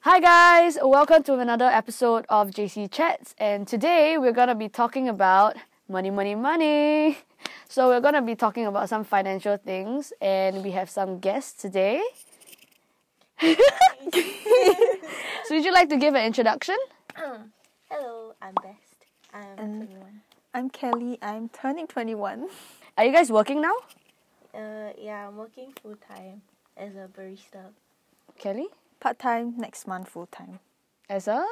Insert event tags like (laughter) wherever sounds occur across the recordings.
Hi guys, welcome to another episode of JC Chats, and today we're gonna be talking about money, money, money. (laughs) So we're gonna be talking about some financial things, and we have some guests today. (laughs) so would you like to give an introduction? Hello, I'm Best. I'm And- 21. I'm Kelly. I'm turning 21. Are you guys working now, Uh, yeah, I'm working full time as a barista. Kelly? Part time, next month full time. As a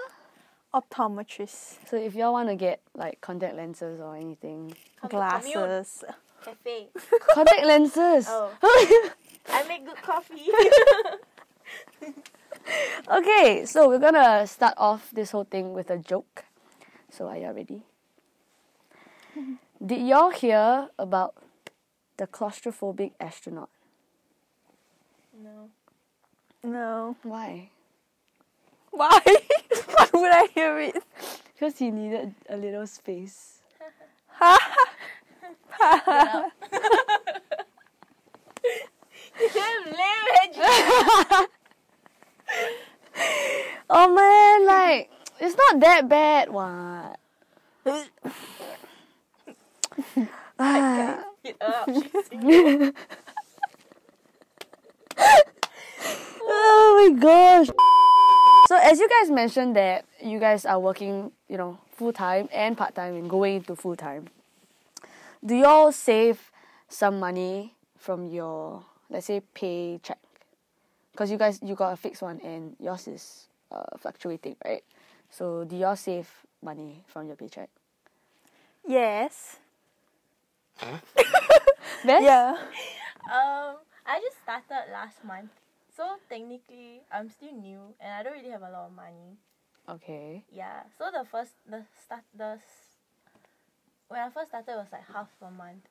Optometrist. so if y'all wanna get like contact lenses or anything, Come to commute Glasses. Cafe. contact lenses. Oh. (laughs) I make good (laughs) coffee. Okay, so we're gonna start off this whole thing with a joke. So are y'all ready? Did y'all hear about the claustrophobic astronaut? no. No. Why? Why? (laughs) Why would I hear it? Because he needed a little space. Damn lame, Angie. Oh man, like it's not that bad. What? Get up. Oh my gosh. So as you guys mentioned that you guys are working, you know, full time and part time and going into full time. Do y'all save some money from your let's say paycheck? Cause you guys you got a fixed one and yours is uh, fluctuating, right? So do y'all save money from your paycheck? Yes. Best? Yeah. Um, I just started last month. So technically, I'm still new and I don't really have a lot of money. Okay. Yeah. So the first, the start, the s- when I first started it was like half a month.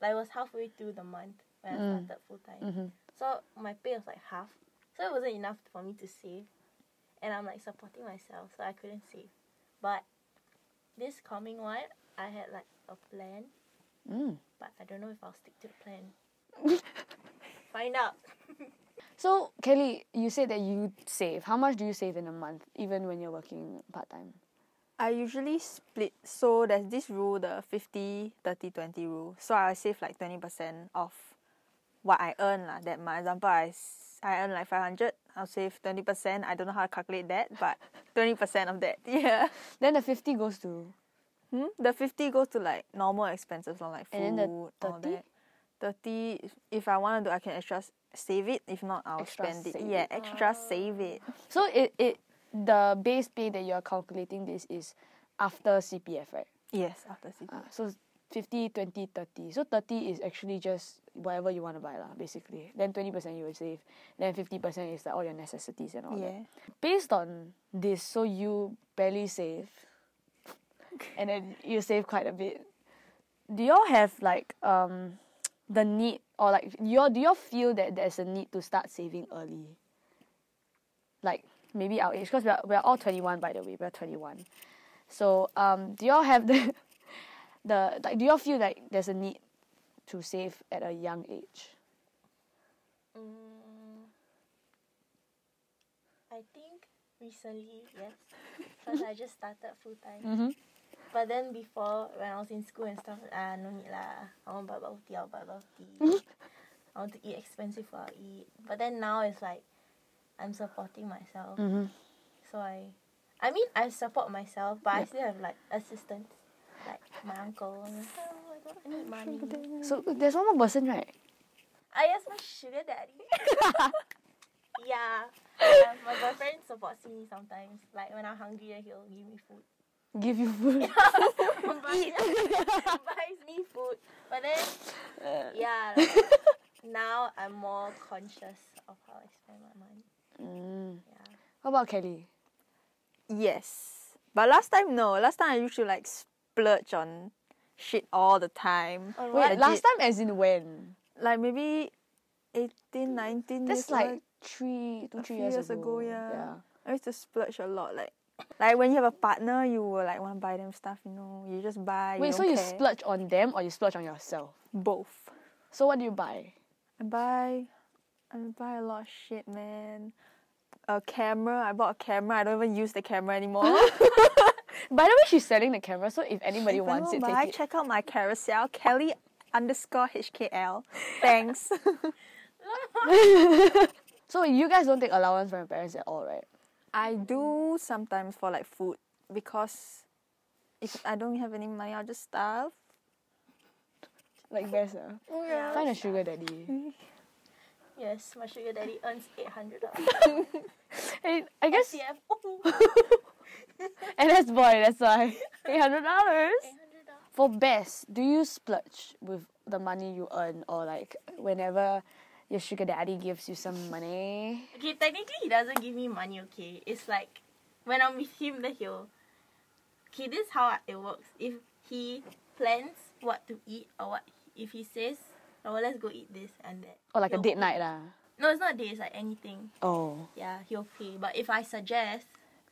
Like it was halfway through the month when I Mm. started full time. Mhm. So my pay was like half. So it wasn't enough for me to save. And I'm like supporting myself, so I couldn't save. But this coming one, I had like a plan, Mm. but I don't know if I'll stick to the plan. (laughs) Find out. So Kelly, you said that you save. How much do you save in a month, even when you're working part time? I usually split. So there's this rule, the 50, 30, 20 rule. So I save like 20% of what I earn. lah. That my example, I, s- I earn like 500. I'll save 20%. I don't know how to calculate that, but 20% of that. (laughs) Yeah. Then the fifty goes to Hmm? The 50 goes to like normal expenses, not like food, And then the all 30? that. 30, if- if I want to do, I can extra s- save it. If not, I'll Extra spend it. save Yeah, it. Ah. extra save it. So it, it the base pay that you're calculating this is after CPF, right? Yes, after save. Uh, so 50, 20, 30. So 30 is actually just whatever you want to buy, lah, basically. Then 20% you will save. Then 50% is like all your necessities and all yeah. that. Based on this, so you barely save. And then you save quite a bit. Do y'all have like um the need or like y'all do y'all feel that there's a need to start saving early? Like maybe our age, because we're we're all twenty one by the way, we're twenty one. So um do y'all have the (laughs) the like do y'all feel like there's a need to save at a young age? Mm, I think recently, yes. Because I just started full time. Mm-hmm. But then before, when I was in school and stuff, ah, no need lah. I want buy bubble tea, I'll buy bubble tea. I want to eat expensive, I'll eat. But then now it's like, I'm supporting myself. Mm-hmm. So I, I mean, I support myself, but I still have like assistance. Like my uncle. I'm like, oh my god, I need money. So there's one more person, right? I asked my sugar daddy. (laughs) yeah. yeah. My boyfriend supports me sometimes. Like when I'm hungry, then he'll give me (laughs) food. Give you food. buys, (laughs) buys me food. But then, Uh. (laughs) yeah, like, now I'm more conscious of how I spend my money. Mm. Yeah. How about Kelly? Yes. But last time, no. Last time, I used to like splurge on shit all the time. On Wait, Legit. last time as in when? Like maybe 18, 19 That's years like old, three, two, a three few years, years ago. ago, yeah. I used to splurge a lot. Like, like when you have a partner, you will like want to buy them stuff, you know. You just buy. Wait, you so don't you care. splurge on them or you splurge on yourself? Both. So what do you buy? I buy, I buy a lot of shit, man. A camera. I bought a camera. I don't even use the camera (laughs) anymore. By the way, she's selling the camera, so if anybody If (laughs) I wants don't it, buy, take it. check out my carousel, Kelly underscore HKL. Thanks. So you guys don't take allowance from your parents at all, right? (laughs) I do sometimes for like food because if I don't have any money, I'll just starve. Like best, uh, Yeah. find a sugar daddy. Mm-hmm. Yes, my sugar daddy earns eight hundred (laughs) dollars. Hey, I guess CF. and that's boy, that's why (laughs) eight hundred dollars. Eight hundred dollars. For best, do you splurge with the money you earn or like whenever your sugar daddy gives you some money? Okay, technically he doesn't give me money. Okay, it's like when I'm with him, then he'll. Okay, this is how I- it works. If he plans what to eat or what, if he says, "Oh, let's go eat this and that," Or like a he'll date pay. night lah. No, it's not dates. Like anything. Oh. Yeah, he'll pay. But if I suggest,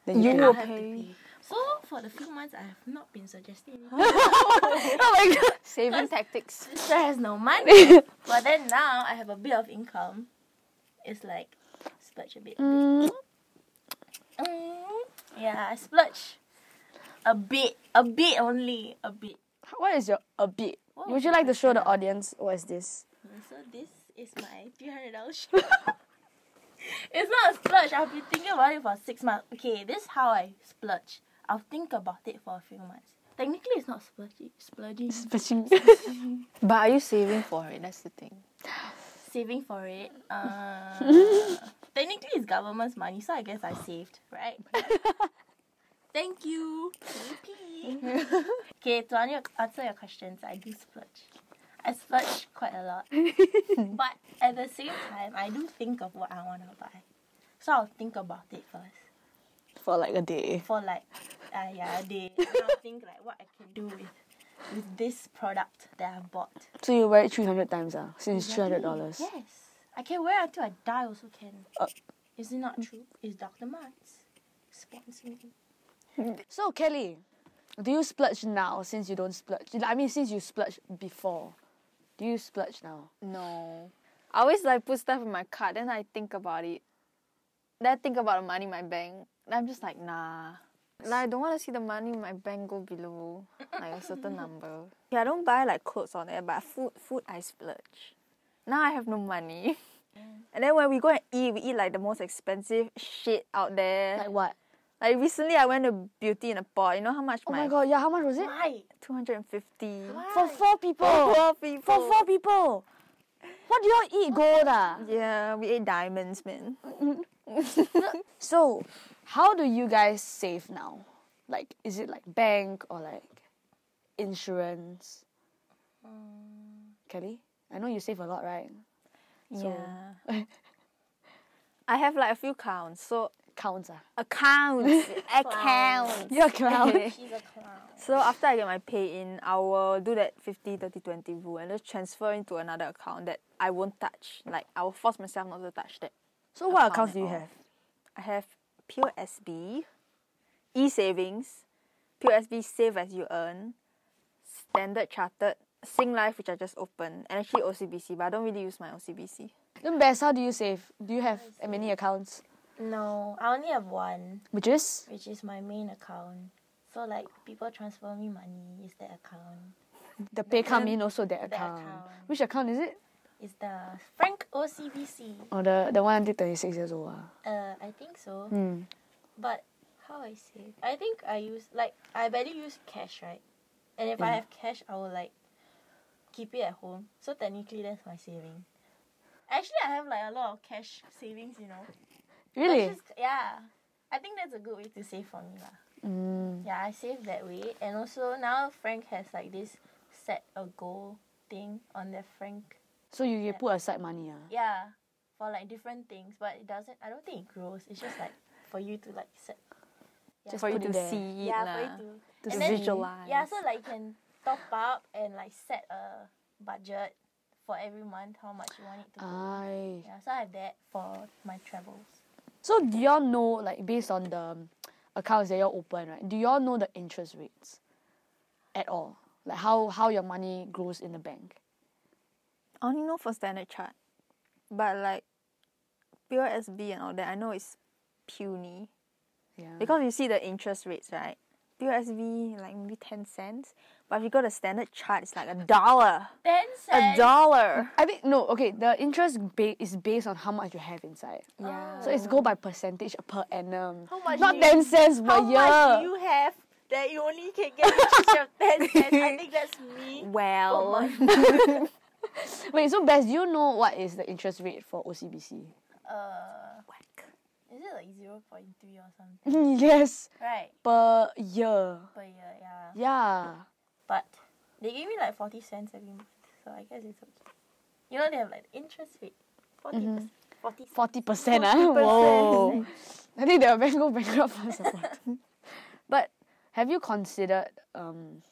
Then You can- (laughs) I will have to pay. pay. So for the few months, I have not been suggesting. anything. Oh my (laughs) god. Saving tactics. sister has no money. but then now I have a bit of income. It's like splurge a bit. Mm, Mm, yeah, I splurge a bit, a bit only, a bit. what is your a bit? What Would was you your like to show the question now? audience what is this? Okay, So this is my three hundred dollars shirt. (laughs) it's not a splurge. I've been thinking about it for six months. Okay, this is how I splurge. I'll think about it for a few months. Technically, it's not splurging. Splurging, (laughs) Fishing. But are you saving for it? That's the thing. saving for it. Uh, technically, it's government's money, so I guess I saved, right? Thank you. okay, to an- answer your questions, I do splurge. I splurge quite a lot, but at the same time, I do think of what I want to buy, so I'll think about it first for like a day. for like, uh, yeah, a day. And I'll think like what I can do with with this product that I bought. So you wear it 300 times ah, since Exactly. $300. Yes. I can wear until I die also can. Uh, Is it not true? Is Dr. Martens sponsor me? So Kelly, do you splurge now since you don't splurge? I mean since you splurge before. Do you splurge now? No. I always like put stuff in my cart, then I think about it. Then I think about the money in my bank. Then I'm just like, nah. Like I don't want to see the money in my bank go below like a certain number. Yeah, I don't buy like clothes on there, but food food I splurge. Now I have no money. Mm. And then when we go and eat, we eat like the most expensive shit out there. Like Like, what? recently I went to Beauty in a Pot. You know how much Oh my my, god, yeah, how much was it? Why? two hundred and fifty For four people. four people. For four people. What do y'all eat gold ah? Yeah, we ate diamonds, man. So, how do you guys save now? Like is it like bank or like insurance? Kelly, I know you save a lot, right? Yeah. (laughs) I have like a few counts. So Counts ah. (laughs) accounts, accounts. You're a clown. She's a clown. So after I get my pay in, I will do that 50 30 20 rule and just transfer into another account that I won't touch. Like I will force myself not to touch that. (laughs) so what Account accounts at do you all. have? I have POSB, e savings, POSB save as you earn, Standard Chartered, Life, which I just opened, and actually OCBC, but I don't really use my OCBC. Then best, how do you save? Do you have many accounts? No, I only have one, Which is which is my main account. So like people transfer me money is that account. the pay come in also that that account. account. Which account is it? It's the Frank OCBC. Oh, the the one until thirty six years old. ah. Uh, I think so. Hmm. But how I save? I think I use like I barely use cash, right? And if I Yeah. have cash, I will like keep it at home. So technically, that's my saving. Actually, I have like a lot of cash savings, you know. Really? That's just- yeah. I think that's a good way to save for me, lah. Mm. Yeah, I save that way, and also now Frank has like this set a goal thing on their Frank. So you, you put aside money, ah. Yeah, for like different things, but it doesn't. I don't think it grows. It's just like for you to like set. Yeah. Just For you put it to there. see it. Yeah, lah. for you to To And see. then- visualize. Yeah, so like you can top up and like set a budget for every month how much you want it to be. Ah. Aye. Yeah, so I have that for my travels. So do y'all know like based on the um, accounts that y'all open, right? Do y'all know the interest rates at all? Like how how your money grows in the bank? I only know for Standard Chart, but like pure SB and all that, I know it's puny Yeah. because you see the interest rates, right? Pure SB like maybe ten cents, but if you go to Standard Chart, it's like a dollar, Ten a cents. dollar. I think no, okay. The interest ba- is based on how much you have inside. Yeah. So it's go by percentage per annum. How much Not do you- ten cents per How year. much do you have that you only can get interest of (laughs) ten cents? I think that's me. well, Oh (laughs) my Wait, so best, do you know what is the interest rate for (laughs) OCBC? Uh, whack. is it like zero point three or something? yes, right. per year. Per year, yeah. Yeah. But they gave me like forty cents every month, so I guess it's okay. You know they have like interest rate, forty Mm-hmm. percent, forty. cents. Forty percent, ah. Whoa. (laughs) I think they'll bank go bankrupt for support. (laughs) but have you considered um,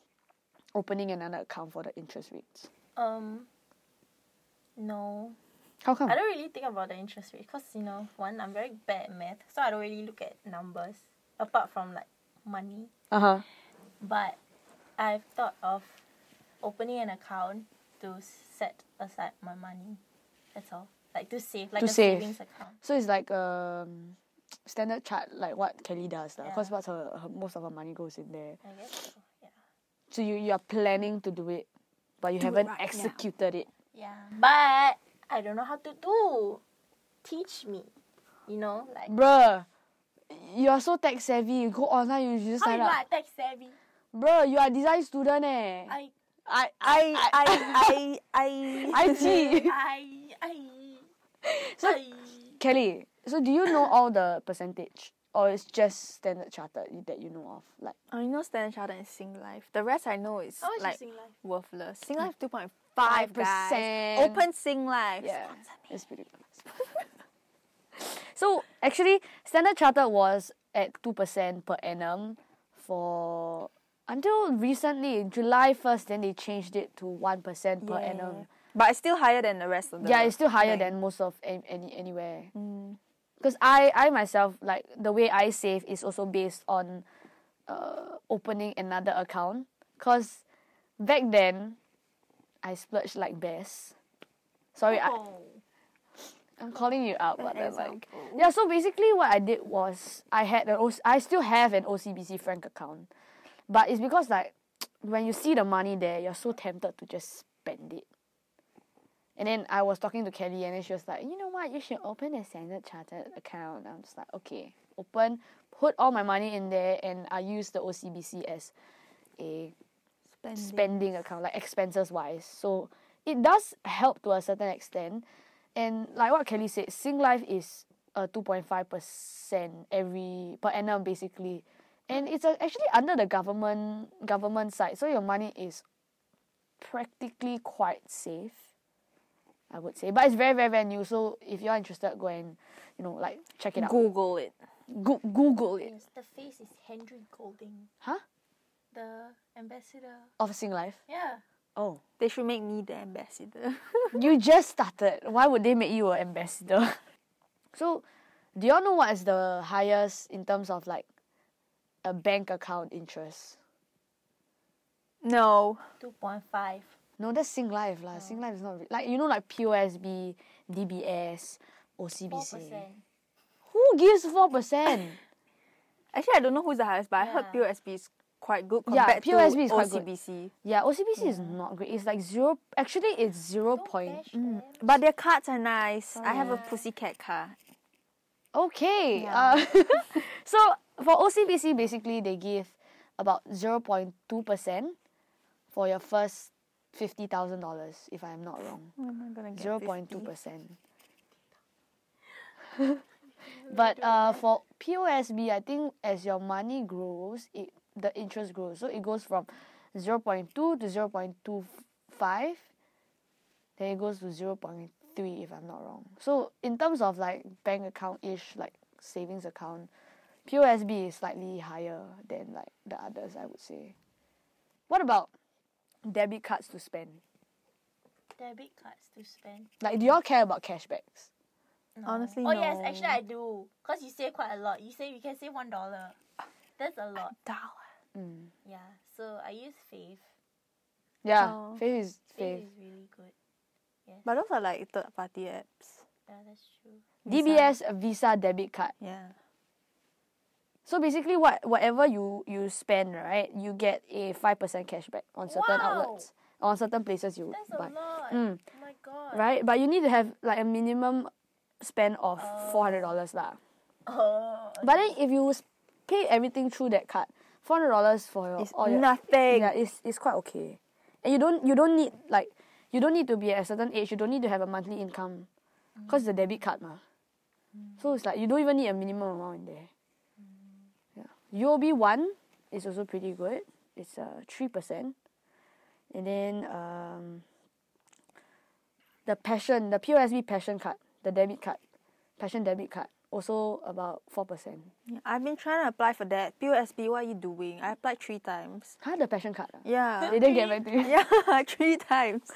opening another account for the interest rates? Um. No, How come? I don't really think about the interest rate because you know, one, I'm very bad at math, so I don't really look at numbers apart from like money. Uh huh. But I've thought of opening an account to set aside my money. That's all. Like to save, like To a save. savings account. So it's like um standard chart, like what Kelly does, lah. Cause Yeah. what's her, her most of her money goes in there. I guess. So. Yeah. So you you are planning to do it, but you Do it haven't right now. executed it. Yeah. But I don't know how to do. Teach me. You know, like Bruh, you are so tech savvy. You go online, you just how you sign know up. I tech savvy? Bruh, you are design student eh. I I I I I (laughs) I. IT. I I So- I Kelly, so do you know all the percentage? Or it's just standard chartered you- that you know of? Like I know Standard Chartered and Sing Life. The rest I know is how much like is Singlife? worthless. Sing Life two point five percent. 5%. Open Sing Life. Yeah, it's pretty good. so actually, Standard Chartered was at two percent per annum for until recently, July first. Then they changed it to one percent per Yeah. annum. But it's still higher than the rest of the. yeah, it's still higher bank. than most of an- any anywhere. Mm. Because I I myself like the way I save is also based on uh, opening another account. Cause back then, I splurged like best. Sorry, I, Oh. I'm calling you out, but then like, yeah. So basically, what I did was I had an OC- I still have an OCBC Frank account, but it's because like when you see the money there, you're so tempted to just spend it. And then I was talking to Kelly, and then she was like, "You know what? You should open a Standard Chartered account." I'm just like, "Okay, open, put all my money in there, and I use the OCBC as a Spending. spending account, like expenses wise. So it does help to a certain extent. And like what Kelly said, Sing Life is a two point five percent every per annum basically. And it's uh, actually under the government government side. So your money is practically quite safe. I would say. But it's very, very, very new. So if you're interested, go and, you know, like check it out. Google it. Go- Google it. Yes, the face is Henry Golding, Huh? the ambassador. Of Sing Life. Yeah. Oh. They should make me the ambassador. (laughs) you just started. Why would they make you an ambassador? (laughs) so, do y'all know what is the highest in terms of like a bank account interest? no. Two point five. No, that's Sing Life lah. Sing Life is not re- like you know like POSB, DBS, Four OCBC. percent. Who gives four percent? Actually, I don't know who's the highest, but I heard Yeah. POSB is quite good Yeah, compared POSB to is quite good. OCBC. yeah, OCBC is not great. It's like zero. Actually, it's zero Don't point. bash them. But their cards are nice. Oh, I have a pussycat card. Okay. Uh, (laughs) so for OCBC, basically they give about zero point two percent for your first fifty thousand dollars, if I'm not wrong. Zero point two percent. (laughs) But uh, for POSB, I think as your money grows, it the interest grows. So it goes from zero point two to zero point two five. Then it goes to zero point three, if I'm not wrong. So in terms of like bank account ish, like savings account, POSB is slightly higher than like the others. I would say. What about debit cards to spend? Debit cards to spend. Like, do y'all care about cashbacks? No. Honestly, Oh yes, no. actually I do. Cause you save quite a lot. You save you can save one dollar. That's a lot. Dollar. Mm. Yeah. So I use Fave. Yeah, Oh. Faith is Faith. Fave is really good. Yes. But those are like third party apps. yeah, that's true. DBS a Visa debit card. Yeah. So basically, what whatever you you spend, right, you get a five percent cashback on certain Wow. outlets, on certain places you That's buy, a lot. Mm. Oh my god. right? But you need to have like a minimum spend of four hundred dollars lah. Oh. (laughs) But then if you s- pay everything through that card, four hundred dollars for your It's all your- nothing. Yeah, it's it's quite okay, and you don't you don't need like you don't need to be at a certain age. You don't need to have a monthly income, cause it's a debit card ma. So it's like you don't even need a minimum amount in there. Yeah, UOB one is also pretty good. It's uh three percent, and then um. The passion, the POSB passion card, the debit card, passion debit card, also about four percent. Yeah, I've been trying to apply for that. POSB, what are you doing? I applied three times. Huh, the passion card. ah? Yeah. (laughs) They didn't get back to you. (laughs) yeah, (laughs) three times.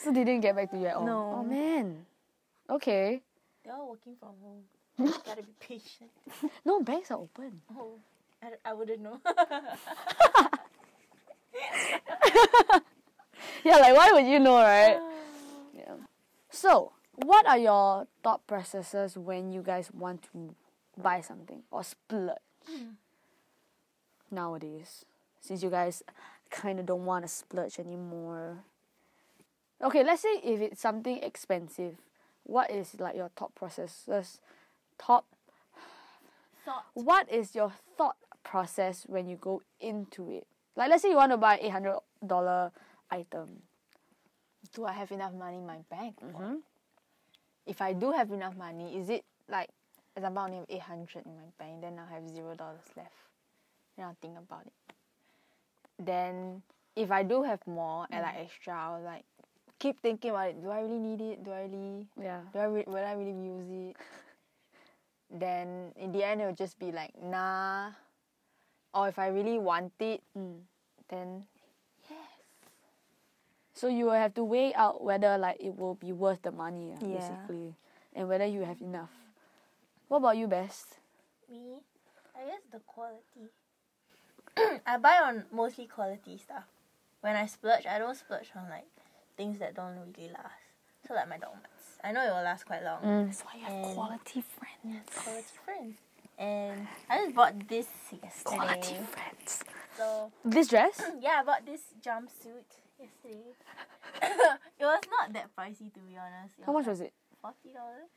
So they didn't get back to you at all. No. Oh man. Okay. They're all working from home. You gotta be patient. No, banks are open. Oh, I, I wouldn't know. (laughs) Yeah, like why would you know, right? Yeah. So, what are your thought processes when you guys want to buy something or splurge nowadays? Since you guys kind of don't want to splurge anymore. Okay, let's say if it's something expensive, what is like your thought processes? Top Thought. what is your thought process when you go into it? Like, let's say you want to buy eight hundred dollar item. Do I have enough money in my bank? Or If I do have enough money, is it like, example, I only have 800 in my bank, then I'll have zero dollars left. Then I'll think about it. Then, if I do have more and like extra, I'll like keep thinking about it. Do I really need it? Do I really Yeah. do I re- will I really use it? Then in the end, it'll just be like nah. Or if I really want it, Mm. then So you will have to weigh out whether like it will be worth the money, ah, Yeah. basically, and whether you have enough. What about you, best? Me, I guess the quality. (clears throat) I buy on mostly quality stuff. When I splurge, I don't splurge on like things that don't really last. So like my donuts. I know it will last quite long. Mm. Why you have Mm. quality friends? Yes, quality friends. And I just bought this yesterday. friends. So This dress? yeah, I bought this jumpsuit yesterday. (coughs) it was not that pricey to be honest. How much was it? Forty dollars.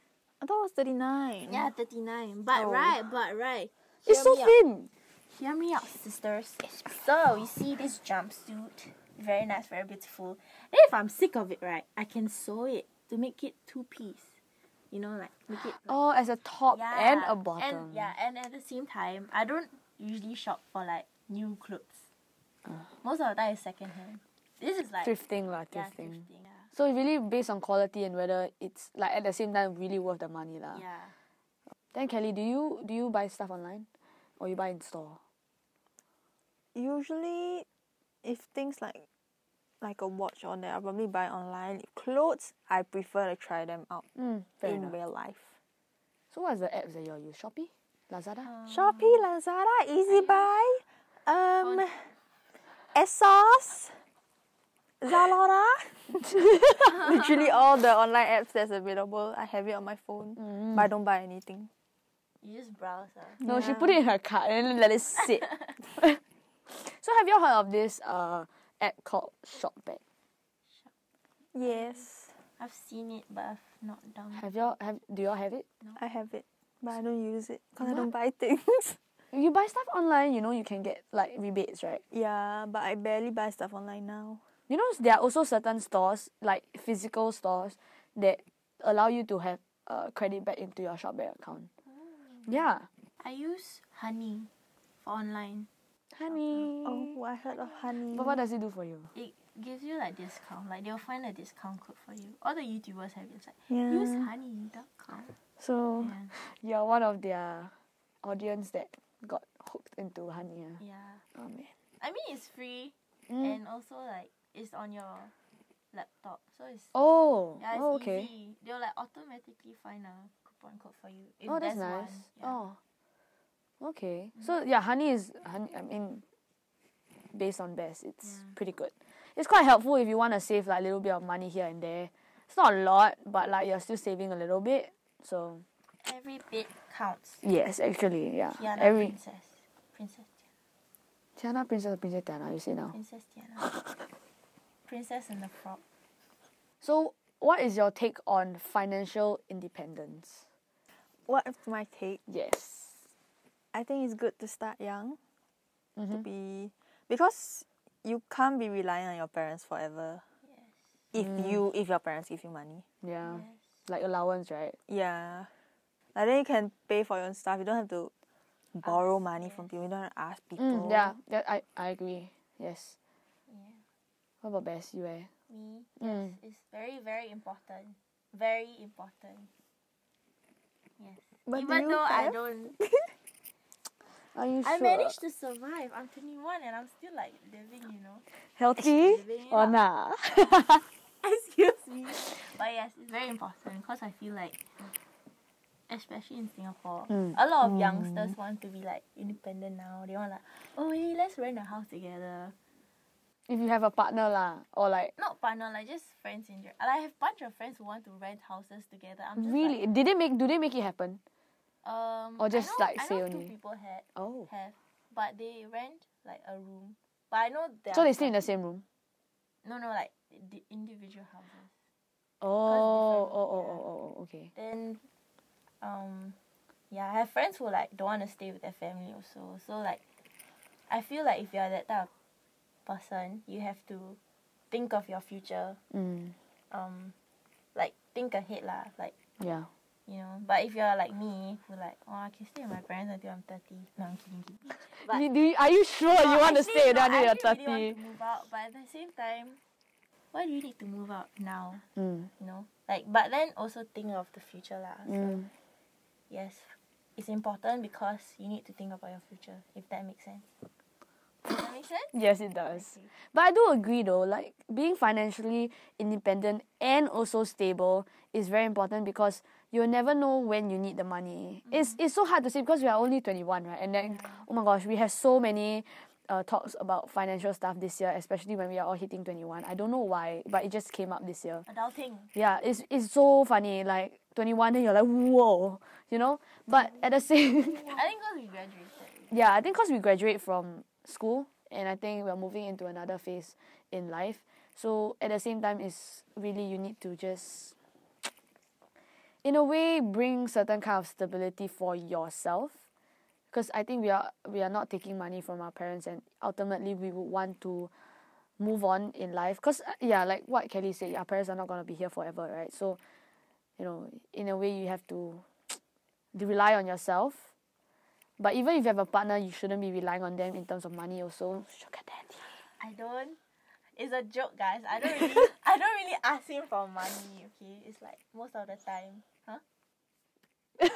Oh, I thought it was 39. Yeah, thirty nine. But Oh. right, but right. It's Hear so me out. thin. Hear me out, sisters. So you see this jumpsuit, very nice, very beautiful. Then if I'm sick of it, right, I can sew it to make it two piece. You know, like make it Oh, as a top (gasps) yeah. and a bottom. And, yeah, and at the same time, I don't usually shop for like new clothes. Oh. Most of the time, it's second hand. This is like Thrifting lah, yeah, thrifting. thrifting. Yeah. So really based on quality and whether it's like at the same time really worth the money lah. yeah. Then Kelly, do you do you buy stuff online, or you buy in store? Usually, if things like like a watch on there, I probably buy online. Clothes, I prefer to try them out Mm, in real life. So what's the apps that you all use? Shopee, Uh, Lazada. Shopee, Lazada, EasyBuy, um, Asos, Zalora. Literally all the online apps that's available, I have it on my phone, but I don't buy anything. You just browse. ah. No, she put it in her cart and then (laughs) let it sit. so have you all heard of this uh app called Shopback? Yes, I've seen it, but I've not done. it. Have y'all have do y'all have it? I have it, but I don't use it because I don't buy (laughs) things. You buy stuff online, you know you can get like rebates, right? yeah, but I barely buy stuff online now. You know there are also certain stores like physical stores that allow you to have uh, credit back into your Shopback account. Yeah, I use Honey for online. honey. Oh, I heard of honey. Mm. But what does it do for you? It gives you like discount. Like they'll find a discount code for you. All the YouTubers have it. It's like Yeah. use Mm. honey.com. So Yeah. you're one of their audience that got hooked into honey. ah. yeah. Oh man. I mean it's free Mm. and also like it's on your laptop. So it's Oh. Yeah, it's oh, okay. easy. They'll like automatically find a coupon code for you. If Oh, that's there's nice. One. Yeah. Mm. Oh. Okay. So yeah, honey is honey. I mean, based on best, it's Yeah. pretty good. It's quite helpful if you want to save like a little bit of money here and there. It's not a lot, but like you're still saving a little bit. So Every bit counts. yes, actually, yeah. Tiana Every princess. Princess Tiana Tiana. Princess or Princess Tiana, you say now. Princess (laughs) Tiana. princess and the frog. So what is your take on financial independence? What's my take? Yes. I think it's good to start young, to Mhm. be because you can't be reliant on your parents forever. If Mm. you if your parents give you money, Yeah. Yes. Like allowance, right? yeah, like then you can pay for your own stuff. You don't have to borrow money from people. You don't have to ask people. Oh. Mm, yeah, that I, I agree. Yes. Yeah. What about best you eh? Me. Mm. It's very, very important. Very important. Yes. But do Even you though I have- don't Are you I sure? managed to survive. I'm 21 and I'm still like living, you know. healthy living it or up. nah? (laughs) Excuse me. But yes, it's very important because I feel like, especially in Singapore, Mm. a lot of youngsters want to be like independent now. They want like, oh hey, let's rent a house together. If you have a partner lah, or like Not partner, like just friends in general. I have a bunch of friends who want to rent houses together. I'm just really, like, did they make? Do they make it happen? um, Or just, I know, like, I say know only. two people had Oh, have, but they rent like a room. But I know that so they stay in the same room. no no like the individual houses. Oh, different, oh, oh, yeah. oh, oh, oh, okay. then um yeah i have friends who like don't want to stay with their family also so like i feel like if you're that type of person you have to think of your future Mm, um like think ahead lah like yeah. you know but if you're like me who like oh i can stay with my parents until i'm 30 no i'm kidding, kidding. But- Do- do you- are you sure you want to Actually, stay no, there until I you're actually thirty? really want to move out but at the same time why do you need to move out now Mm, you know like but then also think of the future lah so mm, Yes, it's important because you need to think about your future. If that makes sense. Does that make sense? Yes, it does. Okay. But I do agree though, like being financially independent and also stable is very important because you'll never know when you need the money. It's it's so hard to say because we are only 21, right? And then oh my gosh, we have so many uh, talks about financial stuff this year, especially when we are all hitting 21. I don't know why, but it just came up this year. Adulting. Yeah, it's it's so funny. Like 21, then you're like, whoa, you know. But at the (laughs) same, I think because we graduated. yeah, I think because we graduate from school and I think we're moving into another phase in life. So at the same time, it's really you need to just, in a way, bring certain kind of stability for yourself. Because I think we are we are not taking money from our parents, and ultimately we would want to move on in life. Because yeah, like what Kelly said, our parents are not gonna be here forever, right? So, you know, in a way, you have to rely on yourself but even if you have a partner, you shouldn't be relying on them in terms of money also. Sugar daddy. I don't. It's a joke, guys. (laughs) I don't really. I don't really ask him for money. Okay, it's like most of the time, huh? (laughs) What?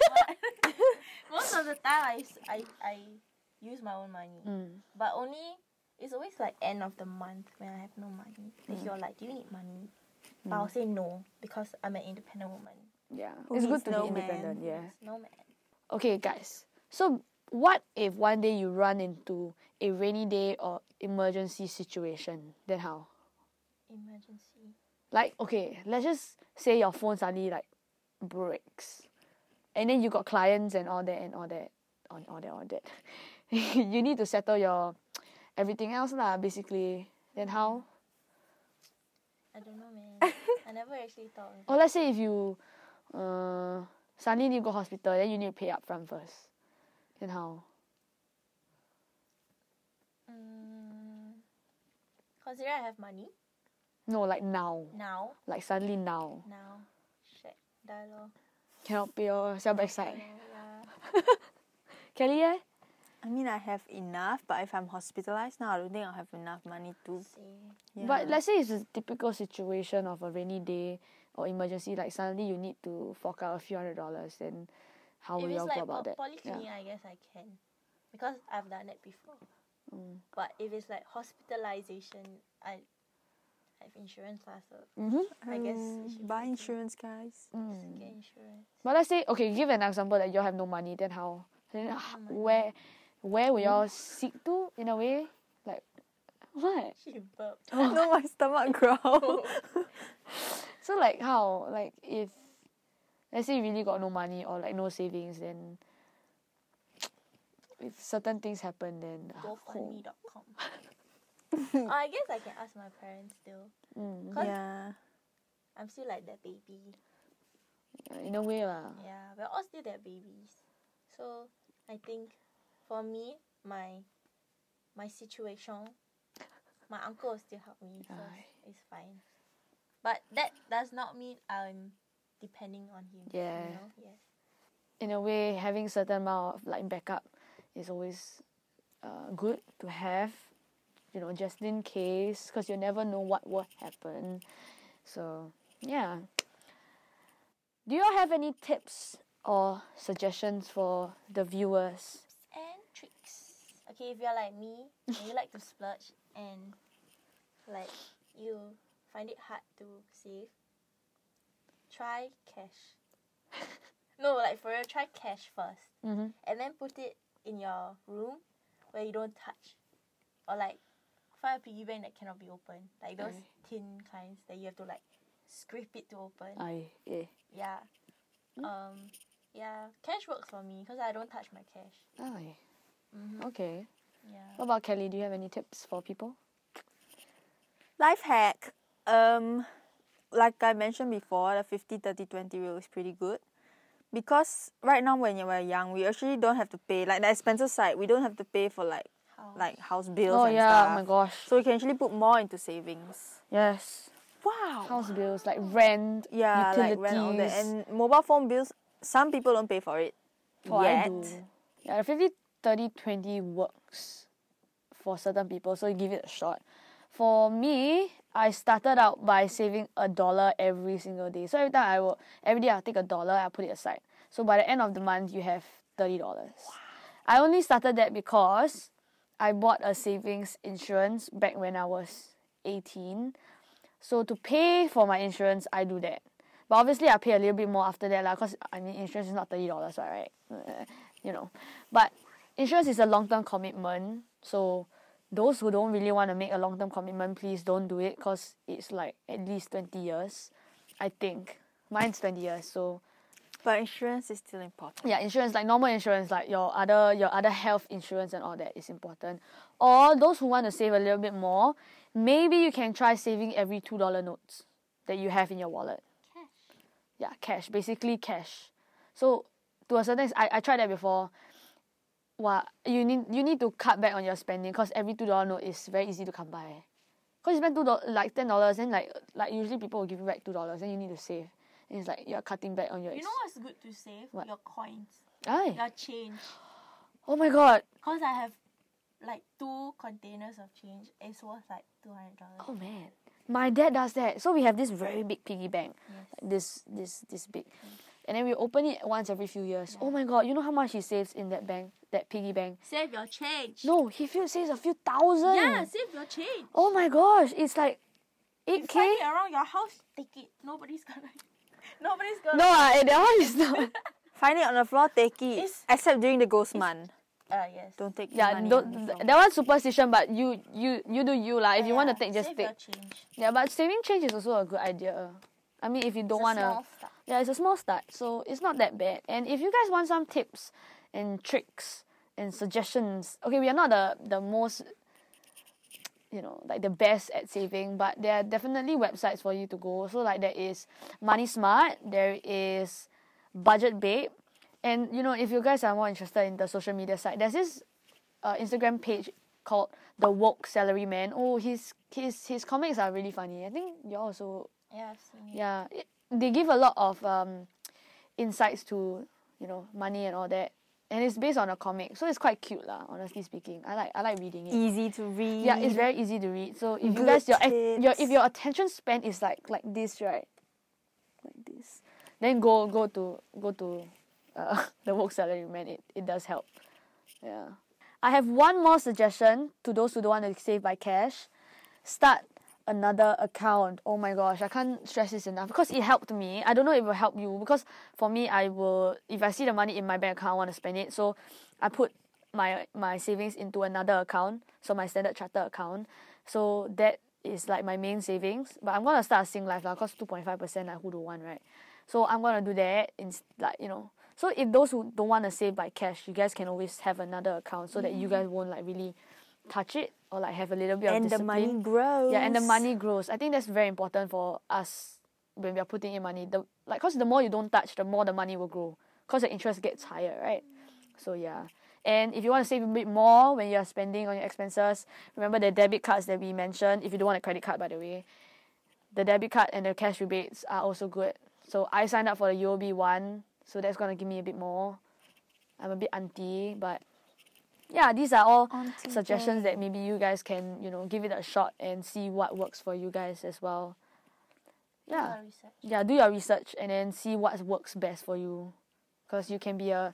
most of the time, I, s- I, I use my own money, Mm. but only it's always like end of the month when I have no money. Like Mm. you're like, do you need money? But I'll say no because I'm an independent woman. Yeah. Who it's needs good to no be independent, man? yeah. No man. Okay, guys. So what if one day you run into a rainy day or emergency situation? Then how? Emergency. Like, okay, let's just say your phone suddenly like breaks. And then you got clients and all that and all that. On all that, all that. (laughs) you need to settle your everything else lah, basically. Then how? I don't know, man. (laughs) I never actually thought of Or let's say if you uh, suddenly need to go hospital, then you need to pay up front first. Then how? Mm, consider I have money No, like now. now. Like suddenly now. Now. Shit. Die lor. Cannot pay your sell backside. Yeah. Kelly eh? I mean, I have enough, but if I'm hospitalized now, I don't think I'll have enough money to. See. Yeah. But let's say it's a typical situation of a rainy day or emergency, like suddenly you need to fork out a few hundred dollars, then how If will it's y'all like go about po- that? polyclinic, Yeah. I guess I can. Because I've done it before. Mm. But if it's like hospitalization, I I have insurance lah, so hmm I guess it Um, Mm. should be buy okay. insurance, (gasps) guys. (laughs) just get insurance. (laughs) But let's say okay, give an example that y'all have no money, then how? Then h- money. Mm. where where will y'all seek to in a way? Like what? (laughs) She burped. no, my stomach growl. So like how? Like if let's say you really got no money or like no savings then if certain things happen then ah, who- GoFundMe.com. oh, (laughs) I guess I can ask my parents still. mm, Cause Yeah. I'm still like that baby. in a way lah. Yeah, we're all still their babies. So I think for me, my my situation, my uncle will still help me, so Aye. it's fine. But that does not mean I'm depending on him. Yeah. You know? Yes. In a way having certain amount of like backup is always uh, good to have, you know, just in case because you never know what will happen. So yeah. Do you all have any tips or suggestions for the viewers? And tricks. Okay, if you're like me and you like to splurge and like you find it hard to save, try cash. (laughs) no, like for real, try cash first. Mm-hmm. and then put it in your room where you don't touch. Or like find a piggy bank that cannot be opened. Like those Aye. tin kinds that you have to like scrape it to open. I eh. yeah. Yeah. Mm-hmm. Um yeah. Cash works for me because I don't touch my cash. Aye. Mhm. Okay. Yeah. What about Kelly? Do you have any tips for people? Life hack. Um, like I mentioned before, the 50 30 20 rule is pretty good. Because right now when you we're young, we actually don't have to pay like the expenses side, we don't have to pay for like How? like house bills oh and yeah, stuff. oh my gosh. So we can actually put more into savings. yes. Wow. House bills like rent, yeah, utilities. like rent all that. And mobile phone bills, some people don't pay for it. oh, yet. I do. Yeah, the 50 30 20 works for certain people, so you give it a shot. For me, I started out by saving a dollar every single day. So every time I will every day I'll take a dollar, I'll put it aside. So by the end of the month you have thirty dollars. I only started that because I bought a savings insurance back when I was 18. So to pay for my insurance, I do that. But obviously, I pay a little bit more after that lah. Cause I mean, insurance is not thirty dollars, right? Uh, You know, but insurance is a long term commitment. So those who don't really want to make a long term commitment, please don't do it. Cause it's like at least twenty years, I think. Mine's twenty years, so But insurance is still important. yeah, insurance like normal insurance, like your other your other health insurance and all that is important. Or those who want to save a little bit more, maybe you can try saving every two dollar notes that you have in your wallet. Cash. Yeah, cash. Basically cash. So to a certain extent, I, I tried that before. Well, you need you need to cut back on your spending because every two dollar note is very easy to come by. Cause you spend two dollars like ten dollars and like like usually people will give you back two dollars and you need to save. And it's like you're cutting back on your You know what's good to save? What? Your coins. Aye. Your change. Oh my god. Because I have like two containers of change. It's worth like two hundred dollars. Oh man, my dad does that. So we have this very big piggy bank, Yes. like this this this big, and then we open it once every few years. Oh my god, you know how much he saves in that bank, that piggy bank? Save your change. No, he few, saves a few thousand. Yeah, save your change. Oh my gosh, it's like You eight k. find it around your house, take it. Nobody's gonna. (laughs) Nobody's gonna. No, ah, eh, that (laughs) one is not. Find it on the floor, take it. It's- Except during the ghost month. Uh, yes. Don't take yeah, money on don't, the floor. that one's superstition. But you you you do you lah. If you want to take, Yeah, just save take. Your change. Yeah, but saving change is also a good idea. I mean, if you don't want to. Yeah, it's a small start, so it's not that bad. And if you guys want some tips and tricks and suggestions, okay, we are not the the most you know, like the best at saving, but there are definitely websites for you to go. So like there is Money Smart, there is Budget Babe, and you know, if you guys are more interested in the social media side, there's this uh, Instagram page called The Woke Salary Man. Oh, his his his comics are really funny. I think you all also Yeah, I've seen it. yeah it, they give a lot of um, insights to you know money and all that and it's based on a comic so it's quite cute lah honestly speaking i like i like reading it Easy to read. yeah it's very easy to read so if you Good guys your, at- your if tips. your attention span is like like this right like this then go go to go to uh, (laughs) the work salary man it, it does help yeah i have one more suggestion to those who don't want to save by cash start another account. Oh my gosh, I can't stress this enough because it helped me. I don't know if it will help you because for me, I will if I see the money in my bank account, I want to spend it. So I put my my savings into another account, so my Standard Chartered account. So that is like my main savings. But I'm gonna start a Sing Life lah, cause two point five percent like who don't want, right? So I'm gonna do that in like you know. So if those who don't want to save by cash, you guys can always have another account so that you guys won't like really touch it or like have a little bit Mm-hmm. and of the discipline. money grows. Yeah, and the money grows. I think that's very important for us when we are putting in money. The like, cause the more you don't touch, the more the money will grow. Cause the interest gets higher, right? So yeah. And if you want to save a bit more when you're spending on your expenses, remember the debit cards that we mentioned. If you don't want a credit card, by the way, the debit card and the cash rebates are also good. So I signed up for the UOB one, so that's gonna give me a bit more. I'm a bit anti, but yeah, these are all suggestions that maybe you guys can you know give it a shot and see what works for you guys as well. Yeah, Gotta research. yeah, do your research and then see what works best for you, because you can be a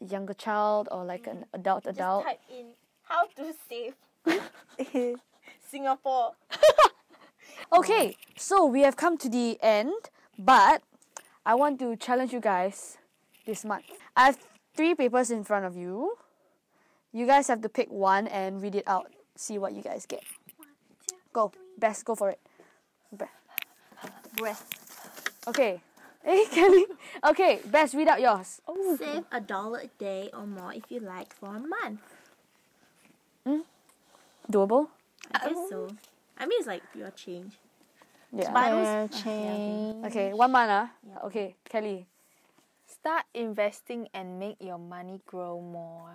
younger child or like an adult Just adult. type in how to (laughs) save Singapore. Okay, so we have come to the end, but I want to challenge you guys this month. I have three papers in front of you. You guys have to pick one and read it out. See what you guys get. Go, best, go for it. Be- Breath. okay, (laughs) hey Kelly. Okay, best, read out yours. Save a dollar a day or more if you like for a month. Doable. I Oh. guess so. I mean, it's like your change. Yeah. But- Fair okay. change. okay, one month. ah. Yeah. Okay, Kelly. Start investing and make your money grow more.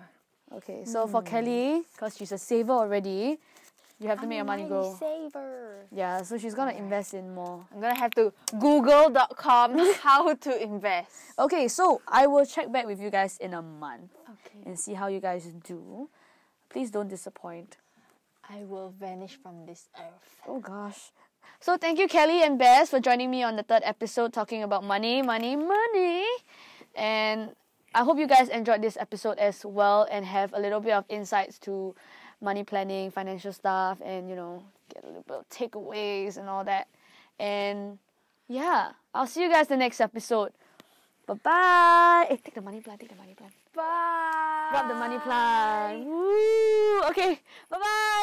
Okay, so for Kelly, because she's a saver already, you have to make your money grow. Saver. Yeah, so she's gonna invest in more. I'm gonna have to Google.com how to invest. Okay, so I will check back with you guys in a month Okay. and see how you guys do. Please don't disappoint. I will vanish from this earth. Oh gosh. So thank you Kelly and Bess for joining me on the third episode talking about money, money, money. And I hope you guys enjoyed this episode as well and have a little bit of insights to money planning, financial stuff and you know, get a little bit of takeaways and all that. And yeah, I'll see you guys the next episode. Bye bye. Hey, take the money plant, take the money plant. Bye. Grab the money plant. Woo! Okay. Bye bye.